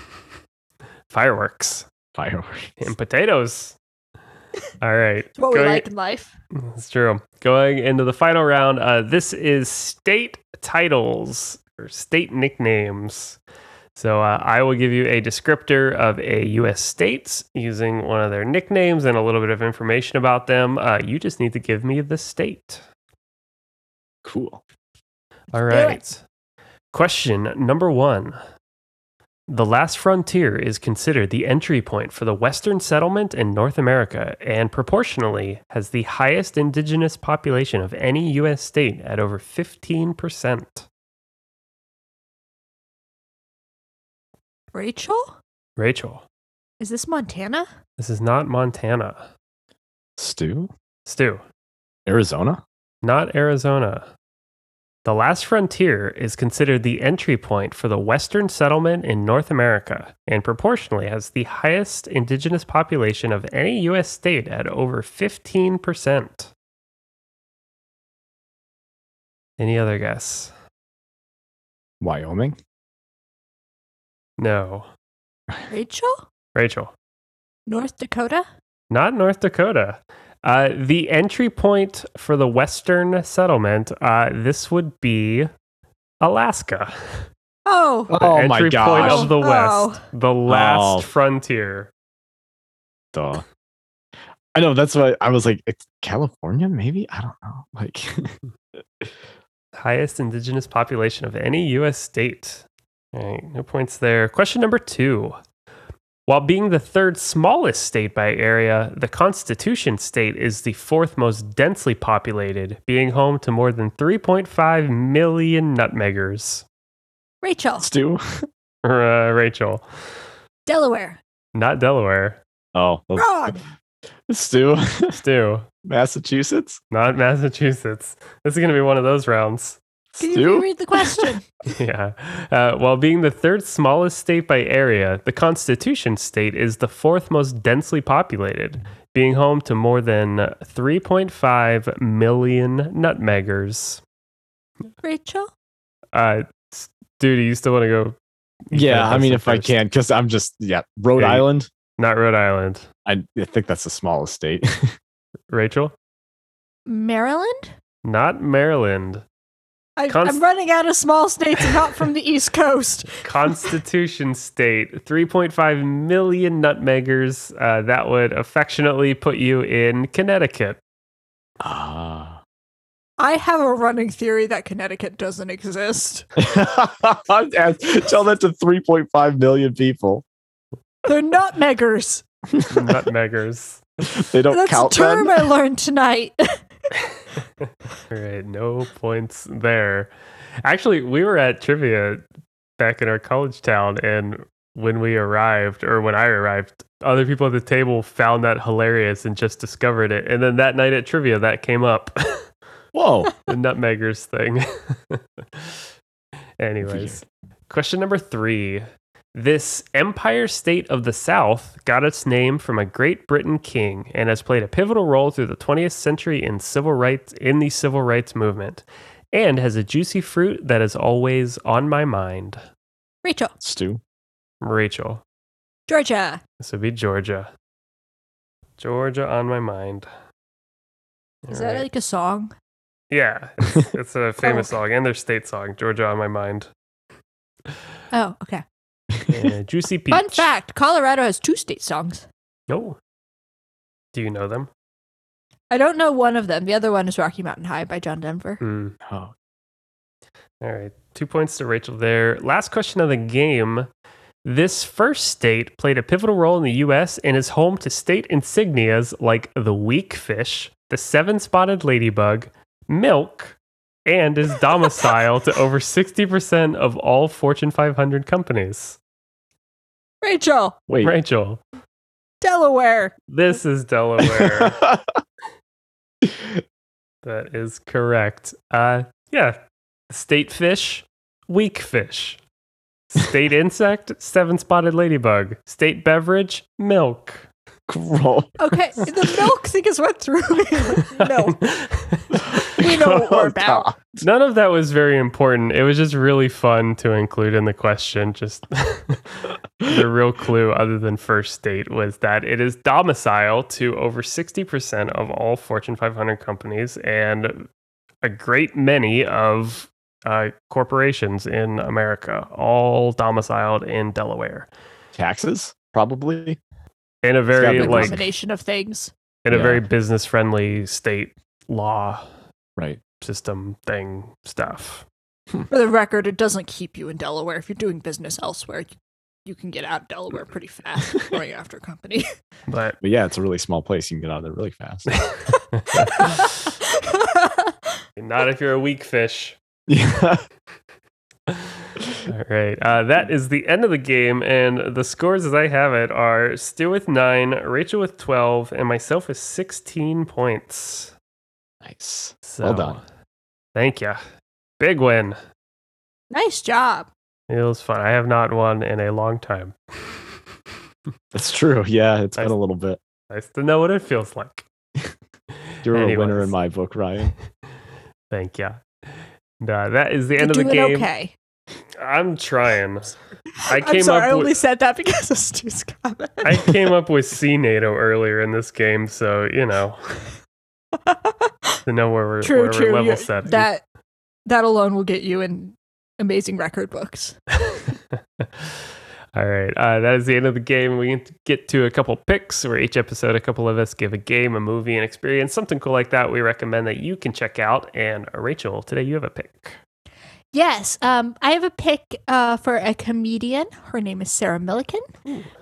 Fireworks Fireworks. and potatoes. All right, It's what going- we like in life. That's true. Going into the final round, uh, this is state titles or state nicknames. So uh, I will give you a descriptor of a U.S. states using one of their nicknames and a little bit of information about them. Uh, you just need to give me the state. Cool. All do it. right. Question number one. The last frontier is considered the entry point for the Western settlement in North America and proportionally has the highest indigenous population of any U.S. state at over 15%. Rachel, Rachel, is this Montana? this is not Montana. Stu? Stu, Arizona? not Arizona. The last frontier is considered the entry point for the Western settlement in North America and proportionally has the highest indigenous population of any U.S. state at over 15%. Any other guess? Wyoming? No. Rachel, Rachel, North Dakota. not North Dakota. Uh, the entry point for the Western settlement, uh, this would be Alaska. Oh, The Oh my entry point gosh. of the Oh. West, the last Oh. frontier. Duh. I know that's why I was like, it's California, maybe? I don't know. Like highest indigenous population of any U.S. state. All right, no points there. Question number two. While being the third smallest state by area, the Constitution state is the fourth most densely populated, being home to more than 3.5 million nutmeggers. Rachel, Stu. Uh, Rachel, Delaware. not Delaware. Oh. Wrong. Stu. Stu, Massachusetts? not Massachusetts. This is going to be one of those rounds. Can you Stu? read the question? yeah. Uh, while being the third smallest state by area, the Constitution state is the fourth most densely populated, being home to more than 3.5 million nutmeggers. Rachel? Uh, s- dude, you still want to go? you Yeah, gotta I mean, go if I first. can, because I'm just yeah, Rhode Yeah, you- Island. Not Rhode Island. I, I think that's the smallest state. Rachel? Maryland? Not Maryland. I, Const- I'm running out of small states and not from the East Coast. Constitution state, 3.5 million nutmeggers. Uh, that would affectionately put you in Connecticut. Ah. I have a running theory that Connecticut doesn't exist. Tell that to 3.5 million people. They're nutmeggers. nutmeggers. They don't That's a count term them. I learned tonight. All right, no points there. Actually, we were at trivia back in our college town, and when we arrived, or when I arrived, other people at the table found that hilarious and just discovered it. And then that night at trivia, that came up Whoa. the nutmeggers thing. Anyways, question number three. This Empire State of the South got its name from a Great Britain king and has played a pivotal role through the 20th century in civil rights in the civil rights movement, and has a juicy fruit that is always on my mind. Rachel, Stu. Rachel, Georgia. this would be Georgia. Georgia on my mind. Is All that right. like Oh. a song? Yeah, it's, it's a famous song and their state song, Georgia on my mind. Oh, okay. Yeah, juicy peach. Fun fact Colorado has two state songs. No. Do you know them? I don't know one of them. The other one is Rocky Mountain High by John Denver. Hmm. Oh. All right. Two points to Rachel there. Last question of the game. This first state played a pivotal role in the U.S. and is home to state insignias like the weak fish, the seven spotted ladybug, milk, and is domicile to over 60% of all Fortune 500 companies. Rachel, Wait. Rachel, Delaware. this is Delaware. That is correct. Uh yeah. State fish, weak fish. State insect, seven spotted ladybug. State beverage, milk. Gross. Okay, the milk thing is what threw me. no, we know Oh, what we're about. None of that was very important. It was just really fun to include in the question. Just the real clue, other than first state, was that it is domicile to over 60% of all Fortune 500 companies and a great many of uh, corporations in America, all domiciled in Delaware. Taxes, probably. In a very be The It, like- like combination of things. in a Yeah. very business friendly state law Right. system thing stuff. For the record, it doesn't keep you in Delaware. If you're doing business elsewhere, you- you can get out of Delaware pretty fast going after a company. But But yeah, it's a really small place. You can get out of there really fast. not if you're a weak fish. yeah. All right. Uh, that is the end of the game. And the scores as I have it are Stu with nine, Rachel with 12, and myself with 16 points. Nice. So, Well done. Thank you. Big win. nice job. It was fun. I have not won in a long time. That's true. Yeah, it's Nice. been a little bit. Nice to know what it feels like. You're a winner Anyways. in my book, Ryan. Thank you. Nah, that is the end You're of the doing game. okay. I'm trying. I I'm came sorry, up I only with- said that because of Stu's comment. I came up with C NATO earlier in this game, so you know to know where we're, true, where we're true. level You're- set. That that alone will get you in amazing record books. All right, uh, that is the end of the game. We get to a couple picks where each episode, a couple of us give a game, a movie, an experience, something cool like that. We recommend that you can check out. And uh, Rachel, today you have a pick. Yes, um, I have a pick uh, for a comedian. Her name is Sarah Milliken.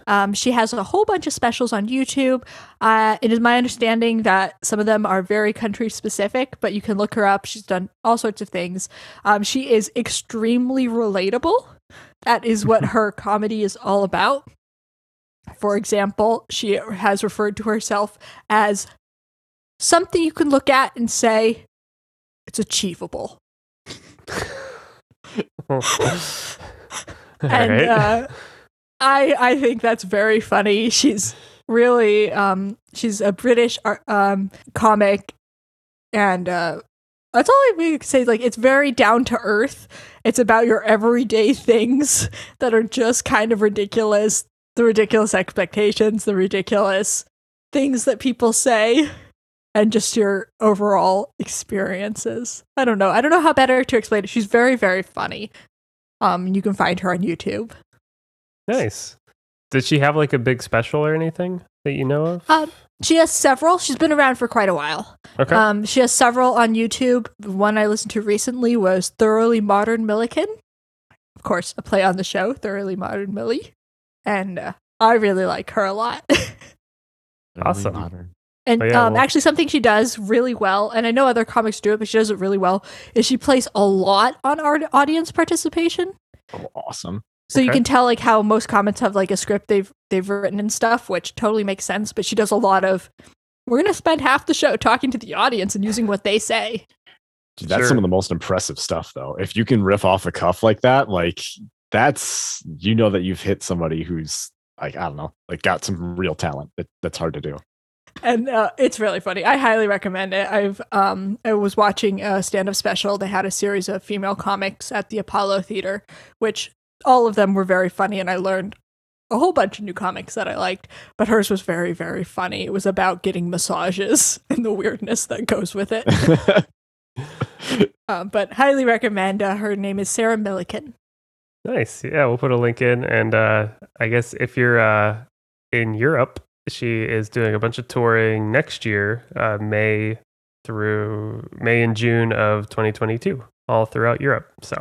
Um, she has a whole bunch of specials on YouTube. Uh, it is my understanding that some of them are very country specific, but you can look her up. She's done all sorts of things. Um, she is extremely relatable. That is what her comedy is all about. For example, she has referred to herself as something you can look at and say, it's achievable. All and right. uh, I I think that's very funny. She's really um she's a British ar- um comic, and uh, that's all I really can say. Like it's very down to earth. It's about your everyday things that are just kind of ridiculous. The ridiculous expectations, the ridiculous things that people say, and just your overall experiences. I don't know. I don't know how better to explain it. She's very, very funny. Um, you can find her on YouTube. nice. Did she have like a big special or anything that you know of? Um, She has several. She's been around for quite a while. okay. Um, she has several on YouTube. The one I listened to recently was Thoroughly Modern Milliken. Of course, a play on the show, Thoroughly Modern Millie. And uh, I really like her a lot. Really Awesome. modern. and Oh, yeah, um, well- actually, something she does really well, and I know other comics do it, but she does it really well, is she plays a lot on our audience participation. Oh, awesome. So you Okay. can tell like how most comments have like a script they've they've written and stuff, which totally makes sense. But she does a lot of we're gonna spend half the show talking to the audience and using what they say. Dude, that's some of the most impressive stuff, though. If you can riff off the cuff like that, like that's you know that you've hit somebody who's like I don't know, like got some real talent. That, that's hard to do. And uh, it's really funny. I highly recommend it. I've um I was watching a stand-up special. They had a series of female comics at the Apollo Theater, which all of them were very funny, and I learned a whole bunch of new comics that I liked. But hers was very, very funny. It was about getting massages and the weirdness that goes with it. Um, but highly recommend. Uh, her name is Sarah Milliken. Nice. Yeah, we'll put a link in. And uh, I guess if you're uh, in Europe, she is doing a bunch of touring next year, uh, May through May and June of 2022, all throughout Europe. So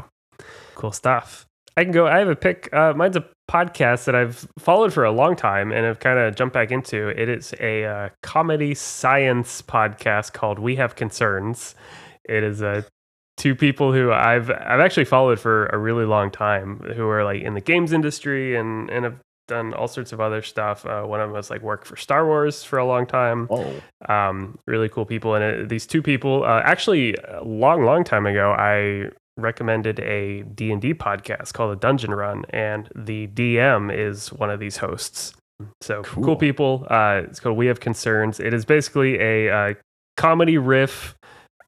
cool stuff. I can go. I have a pick. Uh, mine's a podcast that I've followed for a long time and have kind of jumped back into. It is a uh, comedy science podcast called We Have Concerns. It is a two people who I've I've actually followed for a really long time who are like in the games industry and and have done all sorts of other stuff. Uh, one of them has like worked for Star Wars for a long time Whoa. um, really cool people. And uh, these two people, uh, actually, a long, long time ago, I recommended a D&D podcast called The Dungeon Run, and the DM is one of these hosts. So cool, Cool. people. Uh, it's called We Have Concerns. It is basically a uh, comedy riff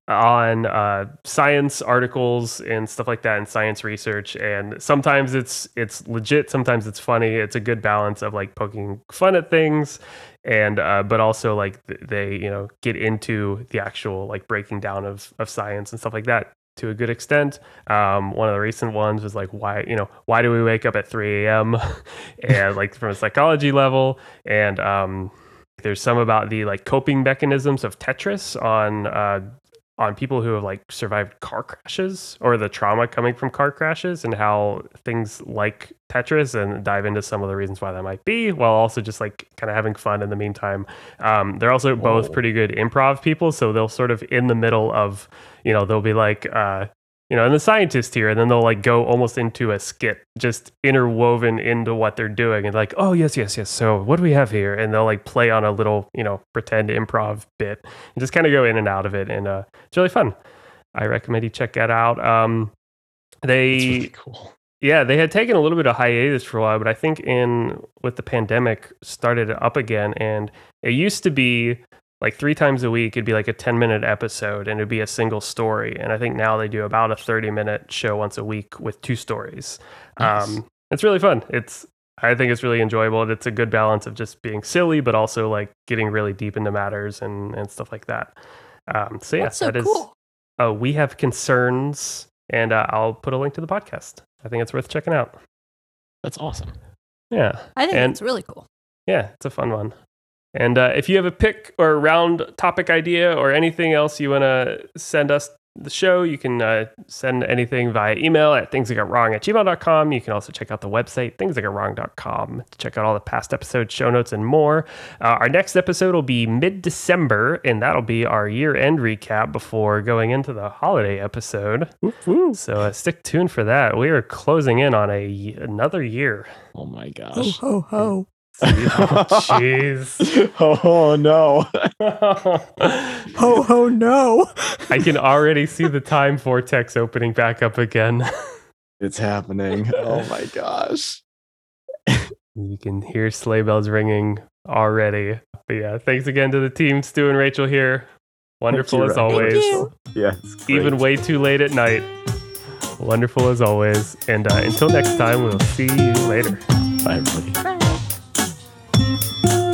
on uh, science articles and stuff like that and science research and sometimes it's it's legit sometimes it's funny it's a good balance of like poking fun at things and uh, but also like th- they you know get into the actual like breaking down of of science and stuff like that to a good extent um, one of the recent ones was like why you know why do we wake up at 3 a.m and like from a psychology level and um, there's some about the like coping mechanisms of tetris on uh, on people who have like survived car crashes or the trauma coming from car crashes and how things like Tetris and dive into some of the reasons why that might be while also just like kind of having fun in the meantime. Um, they're also both Whoa. pretty good improv people, so they'll sort of in the middle of you know they'll be like uh, you know and the scientist here, and then they'll like go almost into a skit, just interwoven into what they're doing, and like oh yes yes yes, so what do we have here? And they'll like play on a little you know pretend improv bit and just kind of go in and out of it and uh it's really fun i recommend you check that out um they That's really cool. yeah they had taken a little bit of hiatus for a while but i think in with the pandemic started it up again and it used to be like three times a week it'd be like a 10 minute episode and it'd be a single story and i think now they do about a 30 minute show once a week with two stories Nice. um, it's really fun it's i think it's really enjoyable and it's a good balance of just being silly but also like getting really deep into matters and and stuff like that um, so yeah That's so that is cool. uh, we have concerns and uh, i'll put a link to the podcast i think it's worth checking out That's awesome. yeah I think and- it's really cool. yeah it's a fun one and uh, if you have a pick or a round topic idea or anything else you want to send us the show you can uh, send anything via email at things that got wrong at gmail.com you can also check out the website things that got wrong.com to check out all the past episodes show notes and more uh, our next episode will be mid-december and that'll be our year-end recap before going into the holiday episode so uh, stick tuned for that we are closing in on a y- another year Oh, Oh my Ho gosh. ho ho. jeez oh no. Ho ho no. I can already see the time vortex opening back up again. It's happening. oh my gosh. You can hear sleigh bells ringing already. But yeah, thanks again to the team, Stu and Rachel here. Wonderful you, as Rachel. always. you. Yeah. it's great. Even way too late at night. Wonderful as always. And uh, until next time, we'll see you later. Bye, everybody. Bye.